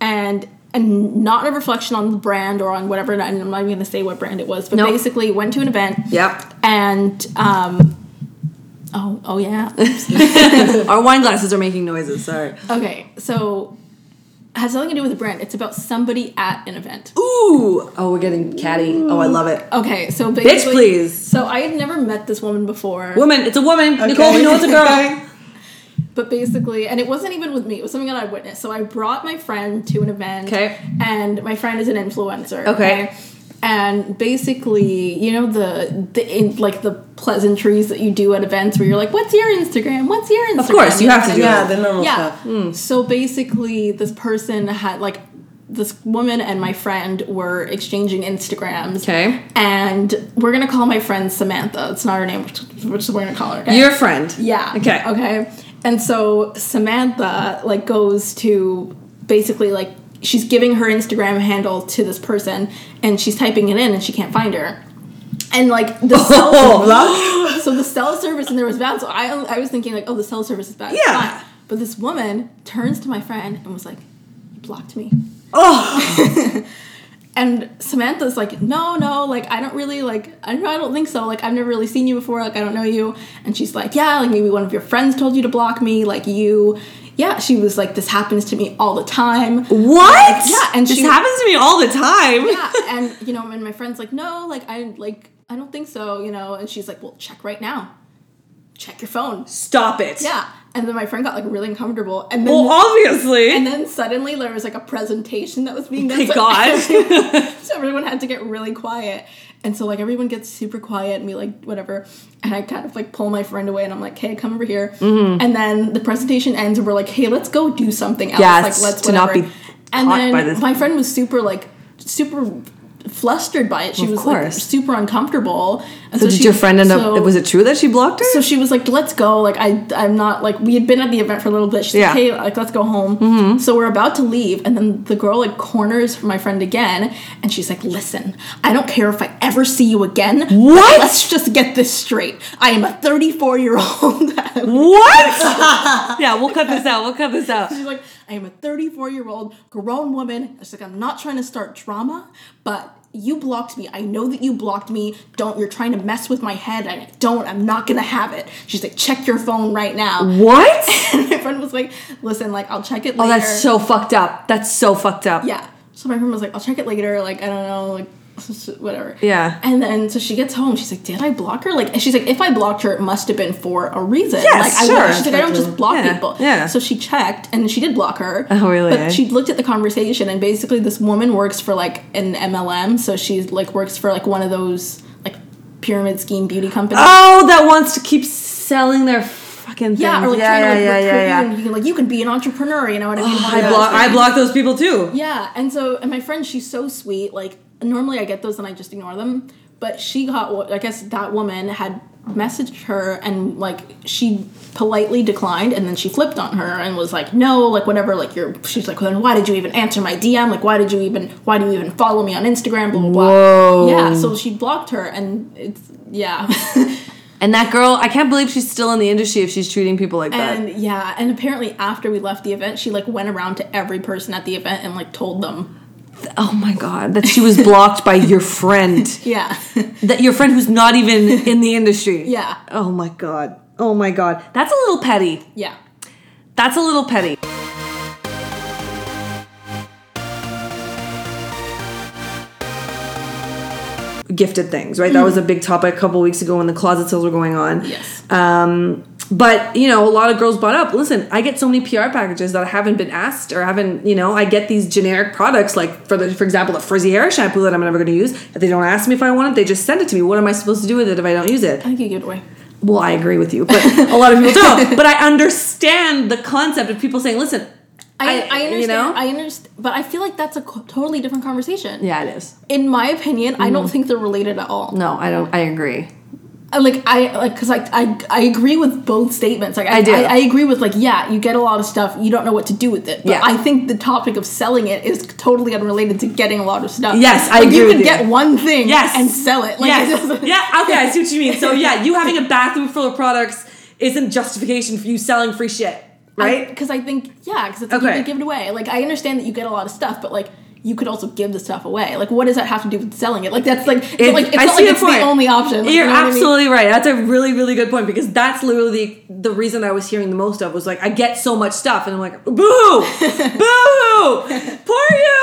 and and not a reflection on the brand or on whatever. And I'm not even gonna say what brand it was, but Nope. basically went to an event. Yep. And um, oh oh yeah. Our wine glasses are making noises. Sorry. okay, so it has nothing to do with the brand. It's about somebody at an event. Ooh. Oh, we're getting catty. Oh, I love it. Okay, so basically, please. So I had never met this woman before, Woman. It's a woman. Nicole, we know it's a girl. Okay. but basically, and it wasn't even with me. It was something that I witnessed. So I brought my friend to an event, Okay. and my friend is an influencer, Okay. And basically, you know the the in, like the pleasantries that you do at events where you're like, "What's your Instagram? What's your Instagram?" Of course, you have to Hmm. do know, Yeah, that. the normal yeah. stuff. So basically, this person had like this woman and my friend were exchanging Instagrams. Okay. And we're gonna call my friend Samantha. It's not her name, which, which we're gonna call her. okay? Your friend. yeah. Okay. Okay. And so Samantha like goes to basically like she's giving her Instagram handle to this person, and she's typing it in, and she can't find her. And like the cell Oh, so the cell service and there was bad. So I, I was thinking like, oh, the cell service is bad. It's Yeah. fine. But this woman turns to my friend and was like, you blocked me. Oh. And Samantha's like, no, no, like I don't really like, I don't, I don't think so. Like I've never really seen you before. Like I don't know you. And she's like, yeah, like maybe one of your friends told you to block me. Like you, yeah. She was like, this happens to me all the time. What? Yeah, and this she- happens to me all the time. yeah and you know and my friend's like no like i like i don't think so you know and she's like well check right now check your phone Stop it. yeah and then my friend got like really uncomfortable and then Well, obviously. and then suddenly there was like a presentation that was being done Thank so God. so everyone had to get really quiet and so like everyone gets super quiet and we like whatever and i kind of like pull my friend away and i'm like hey come over here Mm-hmm. and then the presentation ends and we're like hey let's go do something else Yes, like let's to not be and caught then by this. my friend was super like super flustered by it she Of was like course. super uncomfortable and so did she- your friend end so- up? Was it true that she blocked her? so she was like, "Let's go." Like I, I'm not like we had been at the event for a little bit. She's Yeah. Mm-hmm. like, "Hey, like let's go home." So we're about to leave, and then the girl like corners my friend again, and she's like, "Listen, I don't care if I ever see you again. but What? Let's just get this straight. I am a 34 year old." what? yeah, we'll cut this out. We'll cut this out. She's like, "I am a 34 year old grown woman." She's like, "I'm not trying to start drama, but." You blocked me. I know that you blocked me. Don't. You're trying to mess with my head. I don't. I'm not gonna have it. She's like, check your phone right now. What? And my friend was like, listen, like, I'll check it Oh, later. that's so fucked up. That's so fucked up. Yeah. So my friend was like, I'll check it later. Like, I don't know, like, whatever. Yeah. And then, so she gets home. She's like, did I block her? Like, and she's like, if I blocked her, it must have been for a reason. Yes, like, sure. I, she's like, I don't just block Yeah, people. yeah. So she checked and she did block her. Oh, really, eh? But she looked at the conversation and basically this woman works for like an MLM. So she's like, works for like one of those like pyramid scheme beauty companies. Oh, that wants to keep selling their fucking things. Yeah, or like yeah, trying yeah, to like, yeah, recruit yeah, you, yeah. and you can, like you can be an entrepreneur, you know what I mean? I block. I block those people too. Yeah, and so and my friend, she's so sweet. Like normally I get those and I just ignore them, but she got. wo- I guess that woman had messaged her and like she politely declined, and then she flipped on her and was like, "No, like whatever. Like you're." She's like, "Then why did you even answer my DM? Like why did you even? Why do you even follow me on Instagram? Blah blah blah." Whoa. Yeah, so she blocked her, and it's yeah. And that girl, I can't believe she's still in the industry if she's treating people like that. And yeah, and apparently after we left the event, she like went around to every person at the event and like told them. Oh my god, that she was blocked by your friend. Yeah. That your friend who's not even in the industry. Yeah. Oh my god. Oh my god. That's a little petty. yeah. That's a little petty. Gifted things, right? That was a big topic a couple weeks ago when the closet sales were going on. Yes. Um, but you know, a lot of girls brought up. Listen, I get so many PR packages that I haven't been asked or haven't. You know, I get these generic products like for the, for example, the frizzy hair shampoo that I'm never going to use. If they don't ask me if I want it, they just send it to me. What am I supposed to do with it if I don't use it? I think you give it away. Well, I agree with you, but a lot of people don't. But I understand the concept of people saying, "Listen, I, I, understand. You know? I understand, but I feel like that's a co- totally different conversation. yeah, Mm-hmm. it is. In my opinion, I don't think they're related at all. No, I don't. I agree. I- like I like because like I I agree with both statements. Like I, I do. I, agree with like yeah, you get a lot of stuff, you don't know what to do with it. But Yeah. I think the topic of selling it is totally unrelated to getting a lot of stuff. Yes, I like, agree You with could you. get one thing Yes. and sell it. Like, it yes. doesn't- yeah. Okay, I see what you mean. So yeah, you having a bathroom full of products isn't justification for you selling free shit, right? Because I think yeah, because it's like Okay. you could give it away. Like I understand that you get a lot of stuff, but like you could also give the stuff away. Like what does that have to do with selling it? Like that's like it's, It- like it's I not see like your it's point. the only option. Like, you You're know what I mean? absolutely right. That's a really, really good point because that's literally the reason I was hearing the most of was like I get so much stuff and I'm like, boo, boo, poor you.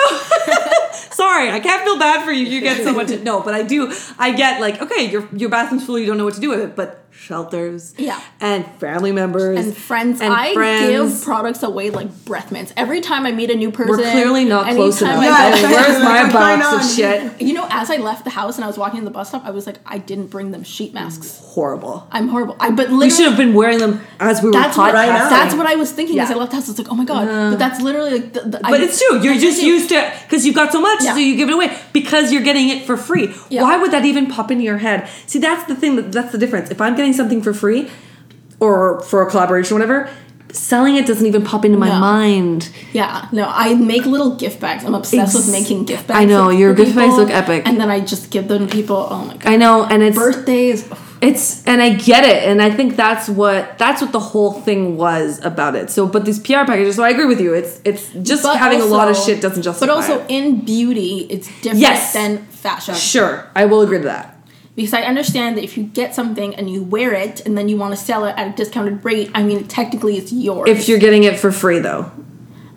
Sorry, I can't feel bad for you. You get so much. No, but I do. I get like, okay, your your bathroom's full. You don't know what to do with it, but shelters, Yeah. and family members and friends. and I friends. give products away like breath mints. Every time I meet a new person, We're clearly not anytime close enough. I Yeah, go- it's like- Where's my What's going box of on? shit? you know, as I left the house and I was walking to the bus stop, I was like, I didn't bring them sheet masks. Horrible. I'm horrible. I but We should literally. have been wearing them as we were That's what, podcasting. that's what I was thinking as I Yeah. Uh-huh. left the house. It's like, oh my god! but that's literally like. The, the, But it's true. You're just used to because you've got so much, Yeah. so you give it away because you're getting it for free. Yeah. Why would that even pop into your head? See, that's the thing. That, that's the difference. If I'm getting something for free, or for a collaboration, or whatever, selling it doesn't even pop into my No. mind. Yeah, no, I make little gift bags. I'm Ex- obsessed with making gift bags. I know, for your gift bags people, look epic. and then I just give them to people. Oh my god! I know, and it's Birthdays. it's and I get it, and I think that's what that's what the whole thing was about it. So, but these PR packages. So I agree with you. It's it's just But having a lot of also- shit doesn't justify. But also it. in beauty, it's different Yes. than fashion. sure, I will agree to that. Because I understand that if you get something and you wear it and then you want to sell it at a discounted rate, I mean, technically it's yours. If you're getting it for free, though,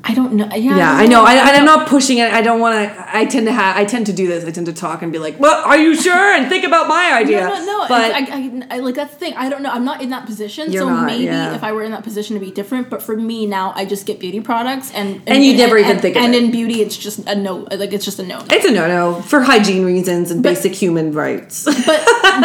I don't know. Yeah, Yeah, I know. I, Um, and I'm not pushing it. I don't want to. I tend to have. I tend to do this. I tend to talk and be like, "Well, are you sure?" And think about my idea. No, no, no. But I, I, I, like that's the thing. I don't know. I'm not in that position, You're so not, maybe yeah. if I were in that position to be different. But for me now, I just get beauty products, and And you never even and, think of And it. in beauty, it's just a no. Like it's just a no. it's a no-no for hygiene reasons and But- basic human rights. But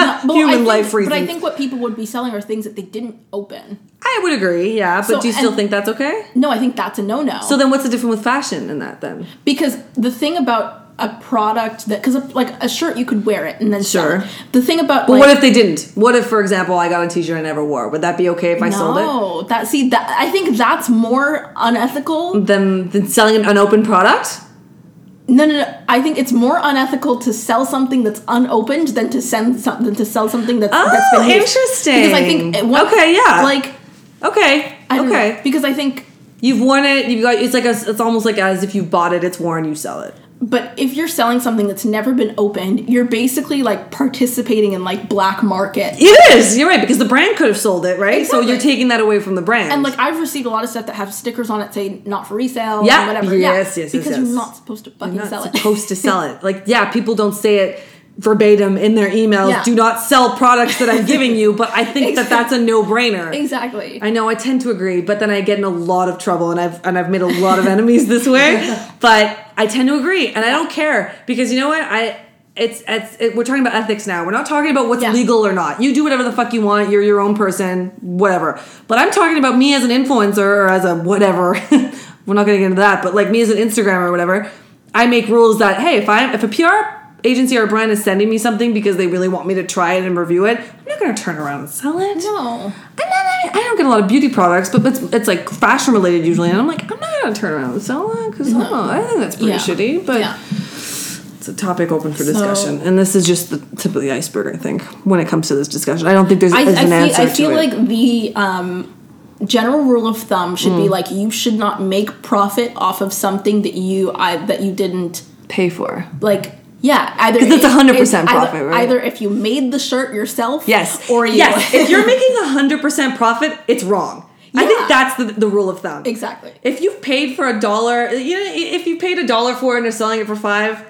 no, but Human I think, life But I reasons. think what people would be selling are things that they didn't open. I would agree. Yeah, but So, do you still and- think that's okay? No, I think that's a no no. So then, what's the difference with fashion in that then? because the thing about a product that because like a shirt you could wear it and then sell Sure. it. The thing about But like, what if they didn't? What if, for example, I got a T-shirt I never wore? Would that be okay if I sold it? no, that see that I think that's more unethical Then, then selling an unopened product. No, no, no. I think it's more unethical to sell something that's unopened than to send something than to sell something that's Oh, that's been used. interesting. Because I think it- one, Okay, yeah. like Okay. I don't okay. okay know, because I think. You've worn it. You've got. It's like a, It's almost like as if you bought it. It's worn. You sell it. But if you're selling something that's never been opened, you're basically like participating in like black market. It is. You're right because the brand could have sold it, right? So you're Exactly. taking that away from the brand. And like I've received a lot of stuff that have stickers on it saying not for resale. Yeah. and whatever. Yes, yes, yes, yes. Because you're not supposed to fucking you're sell not it. supposed to sell it. Like yeah, people don't say it verbatim in their emails. Yeah. Do not sell products that I'm giving you. But I think that that's a no brainer. exactly. I know I tend to agree, but then I get in a lot of trouble, and I've and I've made a lot of enemies this way. But I tend to agree, and I don't care because you know what I. It's it's it, we're talking about ethics now. We're not talking about what's Yeah. legal or not. You do whatever the fuck you want. You're your own person, whatever. But I'm talking about me as an influencer or as a whatever. we're not going to get into that, but like me as an Instagram or whatever. I make rules that hey, if I if a PR agency or a brand is sending me something because they really want me to try it and review it, I'm not going to turn around and sell it. no. And then I, I don't get a lot of beauty products, but it's, it's like fashion related usually. And I'm like, I'm not gonna turn around and sell that because I think that's pretty Yeah. shitty. But Yeah. it's a topic open for discussion, and this is just the tip of the iceberg. I think when it comes to this discussion, I don't think there's I, is I an feel, answer I to feel it. like the um, general rule of thumb should Mm. be like you should not make profit off of something that you I, that you didn't Pay for like. Yeah, either 'Cause that's it- 100% it's either- profit, right? Either if you made the shirt yourself, yes or you, yes. if you're making hundred percent profit, it's wrong. I Yeah. think that's the, the rule of thumb. exactly. If you've paid for a dollar, you know, if you paid a dollar for it and are selling it for five,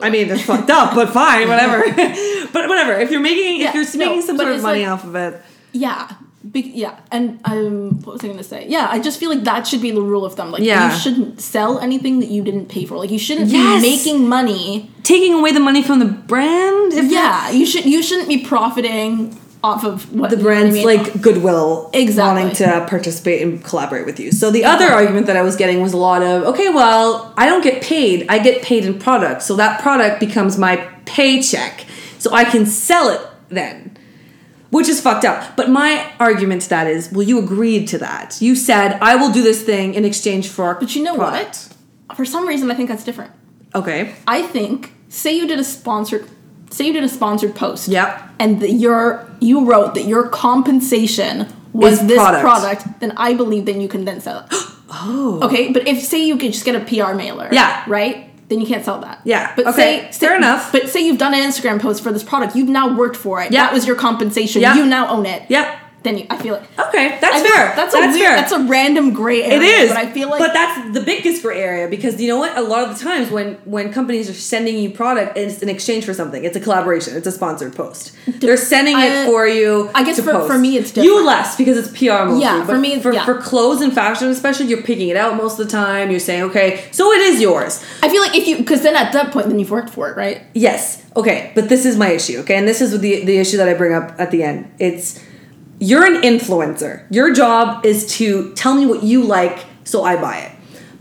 I mean, that's fucked up, but fine, whatever. but whatever. If you're making, Yeah, if you're no, making some but sort of it's money like- off of it, Yeah. Be- yeah, and um, what was I going to say? Yeah, I just feel like that should be the rule of thumb. Like, Yeah. you shouldn't sell anything that you didn't pay for. Like, you shouldn't Yes. be making money. taking away the money from the brand, if Yeah, you should. You shouldn't be profiting off of what the you know what I brand's mean? like goodwill Exactly. wanting to participate and collaborate with you. So the other argument that I was getting was a lot of okay, well, I don't get paid. I get paid in product. So that product becomes my paycheck. So I can sell it then. which is fucked up. But my argument to that is, well, you agreed to that. You said, I will do this thing in exchange for. But you know what? For some reason, I think that's different. Okay. I think say you did a sponsored say you did a sponsored post. Yep. And that your you wrote that your compensation was Is this product. product. then I believe then you can then sell it. oh. Okay, but if say you could just get a PR mailer. Yeah. Right? Then you can't sell that. Yeah, But okay, say, say fair enough. But say you've done an Instagram post for this product. You've now worked for it. Yeah. That was your compensation. Yeah. You now own it. Yeah. Then you, I feel it. Okay, that's I feel fair. That's a weird, that's a random gray area. It is, But I feel like but that's the biggest gray area because you know what? A lot of the times when when companies are sending you product, it's in exchange for something. It's a collaboration. It's a sponsored post. They're sending I- it for you. I guess to for- post. for me it's you different. less because it's PR mostly. Yeah, but for me it's- for yeah. for clothes and fashion especially, you're picking it out most of the time. You're saying okay, so it is yours. I feel like if you because then at that point then you've worked for it, right? Yes. Okay. But this is my issue. Okay. And this is the, the issue that I bring up at the end. It's you're an influencer. Your job is to tell me what you like so I buy it.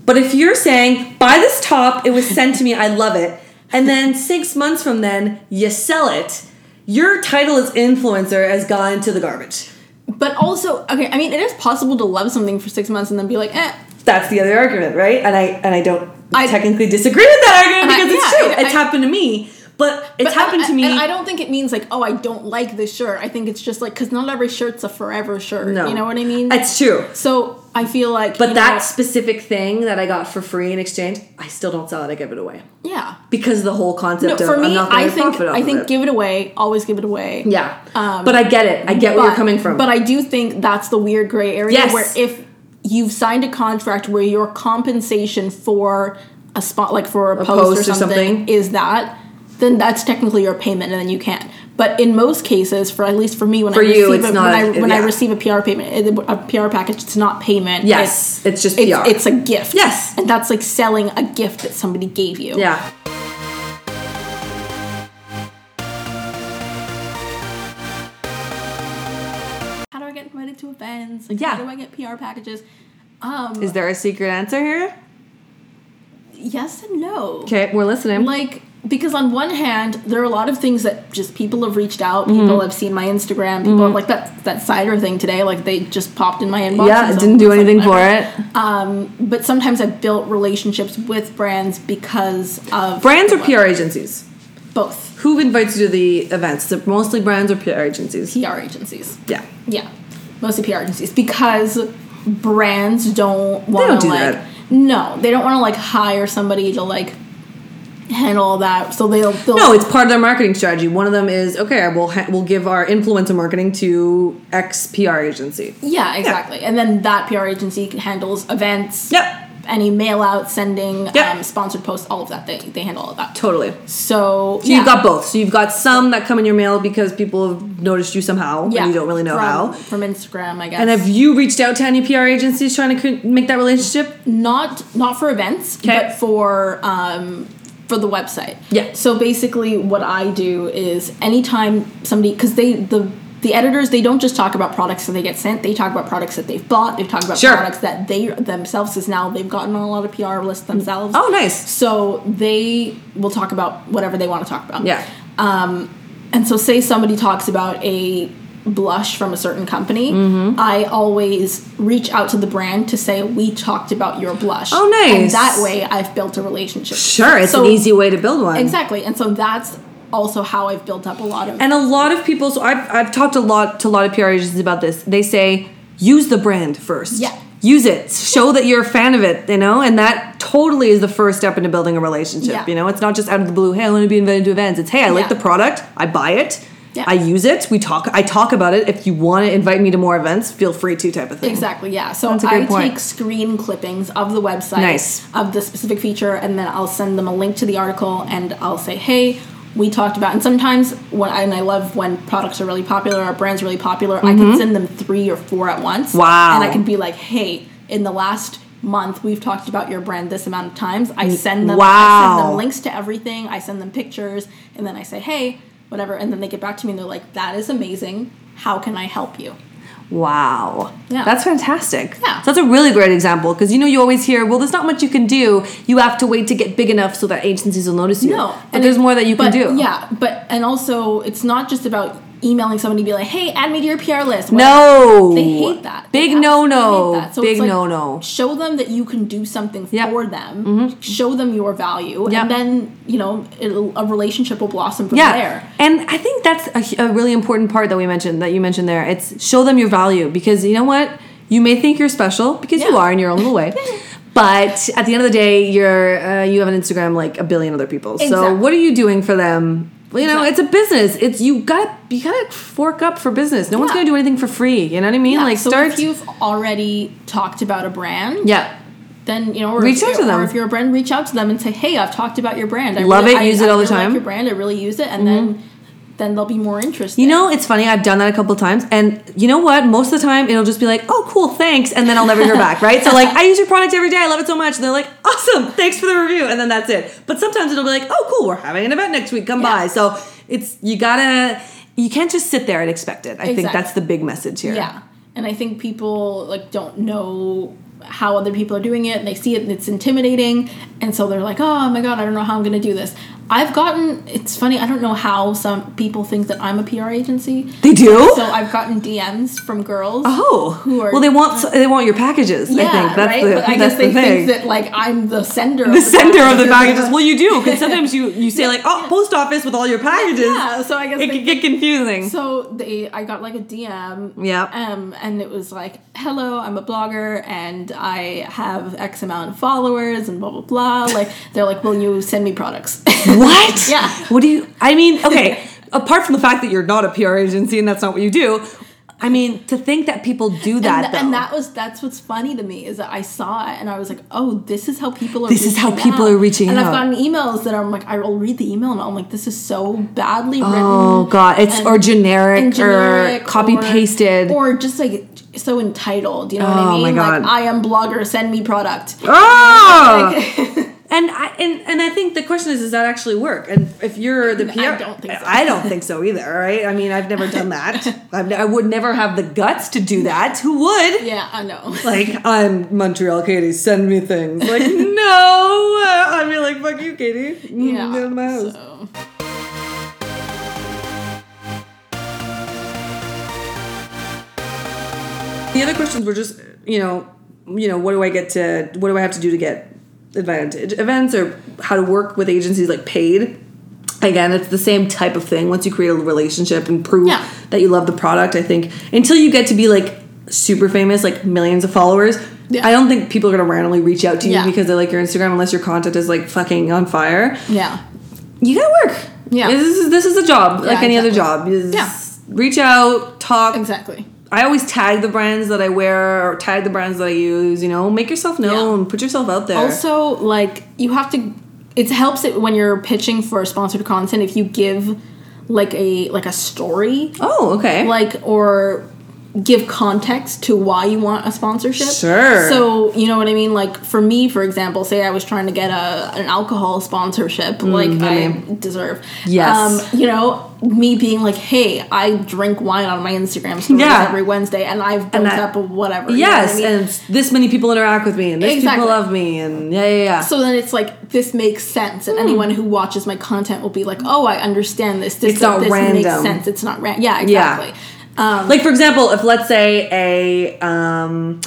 But if you're saying, buy this top, it was sent to me, I love it, and then six months from then you sell it, your title as influencer has gone to the garbage. But also, okay, I mean, it is possible to love something for six months and then be like, eh. That's the other argument, right? And I and I don't I- technically disagree with that And I- argument because it's yeah, true. I- it's I- happened to me. But it's But happened I, to me. And I don't think it means like, oh, I don't like this shirt. I think it's just like because not every shirt's a forever shirt. no. you know what I mean. It's true. so I feel like, But you that know, specific thing that I got for free in exchange, I still don't sell it. I give it away yeah. because the whole No, concept of for I'm me, not going I to think profit off I think of it. give it away. Always give it away. yeah, um, but I get it. I get where you're coming from. But I do think that's the weird gray area Yes. where if you've signed a contract where your compensation for a spot, like for a, post, or, something, is that, then that's technically your payment, and then you can't. But in most cases, for at least for me, when For I you, receive it's a, not- when, I, when I yeah. receive a PR payment, a PR package, it's not payment. yes, it's, just it's, PR. it's, it's a gift. Yes. and that's like selling a gift that somebody gave you. yeah. How do I get invited to events? Yeah. How do I get PR packages? Um. Is there a secret answer here? yes and no. Okay, we're listening. like because on one hand there are a lot of things that just people have reached out people Mm-hmm. have seen my instagram people have like that that cider thing today like they just popped in my inbox yeah, and so- didn't do so anything for whatever. it. um but sometimes i've built relationships with brands because of Brands or PR agencies? both Who invites you to the events? The- Mostly brands or PR agencies? pr agencies Yeah. yeah mostly pr agencies because brands don't don't want to do like that. no they don't want to like hire somebody to like handle all that so they'll, they'll No, it's part of their marketing strategy. One of them is okay. We'll ha- we'll give our influencer marketing to X PR agency. Yeah, exactly. And then that PR agency handles events. Yep. Any mail out, sending, Yep. um, sponsored posts, all of that. They, they handle all of that. Totally. So, So yeah. you've got both. So you've got some that come in your mail because people have noticed you somehow, and you don't really know from, how. From Instagram, I guess. And have you reached out to any PR agencies trying to cre- make that relationship? Mm-hmm. not not for events, 'Kay. but for um, for the website. Yeah. So basically, what I do is anytime somebody because they the the editors they don't just talk about products that they get sent. They talk about products that they've bought. They talk about Sure. products that they themselves is now they've gotten on a lot of PR lists themselves. Oh, nice. So they will talk about whatever they want to talk about. Yeah. And so, say somebody talks about a blush from a certain company, Mm-hmm. I always reach out to the brand to say, We talked about your blush. Oh, nice. And that way, I've built a relationship. Sure, it's So- an easy way to build one. Exactly. And so, that's also how I've built up a lot of. And a lot of people. So I've I've talked a lot to a lot of PR agencies about this. They say use the brand first. Yeah. Use it. Show that you're a fan of it. You know, and that totally is the first step into building a relationship. Yeah. You know, it's not just out of the blue. Hey, I want to be invited to events. It's hey, I like Yeah. the product. I buy it. Yeah. I use it. We talk. I talk about it. If you want to invite me to more events, feel free to. Type of thing. Exactly. Yeah. So That's a I great point. take screen clippings of the website Nice. of the specific feature, and then I'll send them a link to the article, and I'll say, "Hey, we talked about." And sometimes, when and I love when products are really popular, or brands really popular, I can send them three or four at once. Mm-hmm. Wow. And I can be like, "Hey, in the last." month we've talked about your brand this amount of times i send them i send Wow. them links to everything i send them pictures and then i say hey whatever and then they get back to me and they're like that is amazing how can i help you Wow. Yeah. That's fantastic. Yeah. So that's a really great example because you know you always hear, well, there's not much you can do. You have to wait to get big enough so that agencies will notice you. No, But there's it- more that you but- can do. Yeah, but and also it's not just about emailing somebody to be like, "Hey, add me to your PR list." No. They hate that. They Big absolutely no-no. hate that. So Big it's like, no-no. Show them that you can do something Yep. Mm-hmm. for them. Show them your value, Yep. and then you know it'll, a relationship will blossom from Yeah. there. And I think that's a, hu- a really important part that we mentioned that you mentioned there. It's show them your value because you know what? You may think you're special because you Yeah. are in your own little way. But at the end of the day, you're uh, you have an Instagram like a billion other people. So Exactly. what are you doing for them? Well, You know, Exactly. it's a business. It's you got you got to fork up for business. No one's Yeah. going to do anything for free. You know what I mean? Yeah, like so start. if you've already talked about a brand, yeah. then you know, or Reach if, out to or them. if you're a brand, reach out to them and say, "Hey, I've talked about your brand. I Love really, it, I- use I it all the really like time." Mm-hmm. your brand. I really use it, and then then they'll be more interested. You know, it's funny. I've done that a couple of times, and you know what? Most of the time, it'll just be like, "Oh, cool, thanks," and then I'll never hear back, right? So, like, I use your product every day. I love it so much. And they're like, "Awesome, thanks for the review," and then that's it. But sometimes it'll be like, "Oh, cool, we're having an event next week. Come Yeah. by." So it's you gotta, you can't just sit there and expect it. I think Exactly. that's the big message here. Yeah, and I think people like don't know how other people are doing it, and they see it, and it's intimidating, and so they're like, "Oh my god, I don't know how I'm going to do this." I've gotten. It's funny. I don't know how some people think that I'm a PR agency. they do. So I've gotten DMs from girls. oh, who are well, they want they want your packages. I think that's right. the but I that's guess they the thing. think that like I'm the sender. the sender of the packages. Well, you do because sometimes you you say like, "Oh, post office with all your packages." Yeah, so I guess it they- can get confusing. So they, I got like a DM. Yeah. Um, and it was like, "Hello, I'm a blogger, and I have X amount of followers, and blah blah blah." Like they're like, "Will you send me products?" What? Yeah. What do you? I mean, okay. apart from the fact that you're not a PR agency and that's not what you do, I mean, to think that people do that and, though. and that was that's what's funny to me is that I saw it and I was like, oh, this is how people are. This is how reaching people out. are reaching and out. And I've gotten emails that I'm like, I will read the email and I'm like, this is so badly written. Oh, God. It's- or generic or copy or- pasted. or just like so entitled. You know what Oh, I mean? my God. Like I am blogger, send me product. oh. and I and, and I think the question is, does that actually work? And if you're the PR, I don't think so. I don't think so either. Right? I mean, I've never done that. I've, ne- I would never have the guts to do that. Who would? Yeah, I know. like I'm Montreal Katie, send me things. Like no, I'd be like fuck you, Katie. Mm, yeah. get out of my house. so. The other questions were just you know you know what do I get to what do I have to do to get advantage events or how to work with agencies like paid. Again, it's the same type of thing. Once you create a relationship and prove Yeah. that you love the product, I think until you get to be like super famous, like millions of followers, Yeah. I don't think people are gonna randomly reach out to you Yeah. because they like your Instagram unless your content is like fucking on fire. Yeah. you gotta work. Yeah. This is this is a job like any other job. exactly. Is Yeah. Reach out, talk. Exactly. I always tag the brands that I wear or tag the brands that I use. You know, make yourself known, put yourself out there. Also, like you have to. It helps it when you're pitching for sponsored content if you give like a like a story, oh, okay. like or give context to why you want a sponsorship. Sure. So you know what I mean. Like for me, for example, say I was trying to get a an alcohol sponsorship, like I, deserve. Mm, Yes. Um, you know, me being like, hey, I drink wine on my Instagram stories Yeah. every Wednesday, and I've built that- up a whatever. you know what I yes, mean? and this many people interact with me, and this Exactly. people love me, and yeah, yeah, yeah. So then it's like this makes sense, Hmm. and anyone who watches my content will be like, "Oh, I understand this. This, It's not this random. makes sense. It's not random. Yeah, Yeah. exactly. like for example, if let's say a um,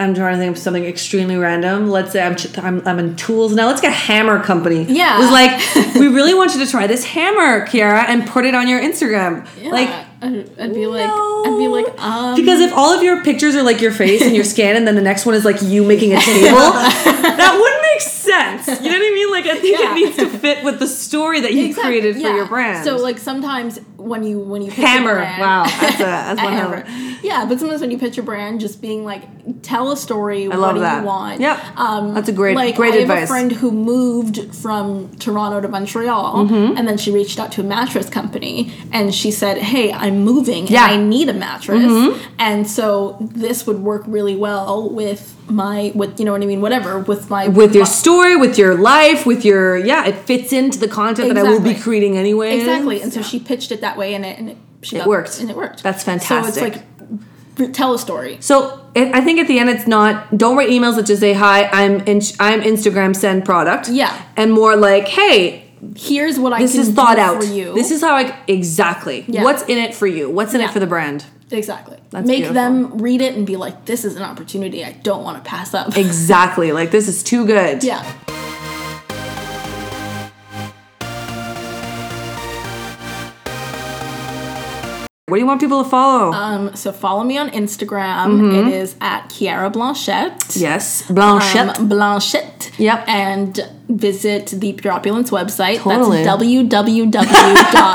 I'm trying to think of something extremely random. Let's say I'm ch- I'm, I'm in tools now. Let's get a hammer company. Yeah. it was like we really want you to try this hammer, Kiara, and put it on your Instagram. Yeah. Like I'd, I'd be like, I'd be like, No. um, because if all of your pictures are like your face and your skin, and then the next one is like you making a table, that wouldn't make sense. You know what I mean? Like I think Yeah. it needs to fit with the story that you Exactly, created for yeah. your brand. So like sometimes when you when you pitch a hammer. brand- Wow, that's a that's a one hammer. hammer. Yeah, but sometimes when you pitch a brand, just being like, tell a story. I love what that. do you want? Yep. Um, That's a great- like, great I Have advice. a friend who moved from Toronto to Montreal, Mm-hmm. and then she reached out to a mattress company, and she said, "Hey, I'm moving, Yeah. Mm-hmm. and I need a mattress, and so this would work really well with my with you know what I mean, whatever with my with your my- story, with your life, with your yeah, it fits into the content that I will be Exactly. creating anyway. Exactly. And so she pitched it that way, and it and it, she It got- worked. And it worked. That's So fantastic. it's like b- tell a story. So it, I think at the end it's not. Don't write emails that just say hi. I'm in, I'm Instagram send product. Yeah. and more like hey. here's what I This can is thought do out. for you. This is how I exactly. Yeah. What's in it for you? What's in Yeah. it for the brand? exactly. That's Make beautiful. them read it and be like, this is an opportunity I don't want to pass up. Exactly. Like this is too good. yeah. What do you want people to follow? Um, so follow me on Instagram. Mm-hmm. It is at Kiara Blanchette. yes, Blanchette. Um, Blanchette. Yep. And visit the Pure Opulence website. Totally. That's www.puropulence.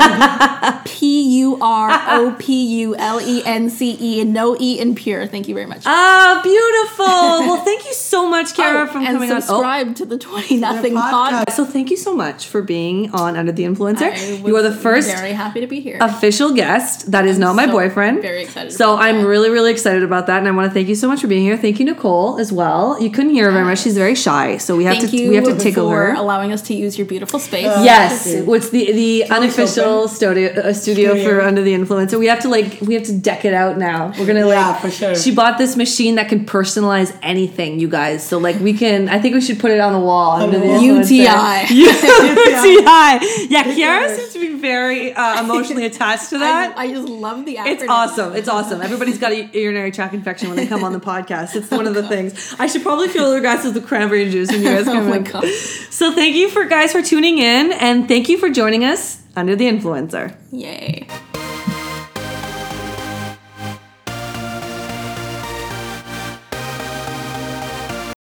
and no E in pure. Thank you very much. ah, beautiful. well, thank you so much, Kara, Oh, Ah, from and coming Oh. on. subscribe to the 20 Nothing podcast. podcast. Oh, so thank you so much for being on Under the Influencer. I You are was the first Very happy to be here. official guest that is not my so boyfriend. very excited So about I'm that. really, really excited about that, and I want to thank you so much for being here. Thank you, Nicole, as well. You couldn't hear her very much; she's very shy, so we have Thank to you we have to for tickle her. allowing us to use your beautiful space. Yes, what's the the unofficial studio uh, studio for Studio. Under the Influence? So we have to like we have to deck it out now. We're gonna Yeah, like for sure. She bought this machine that can personalize anything, you guys. So like we can. I think we should put it on the wall. Under the UTI. Influencer. UTI. Yeah, Kiara seems to be very uh, emotionally attached to I, that. I just love the acronym. It's awesome. It's awesome. Everybody's got a urinary tract infection when they come on the podcast. It's one of the things. I should probably fill the glasses with cranberry juice when you guys come Oh my in. God. So thank you for guys for tuning in and thank you for joining us under the influencer. Yay.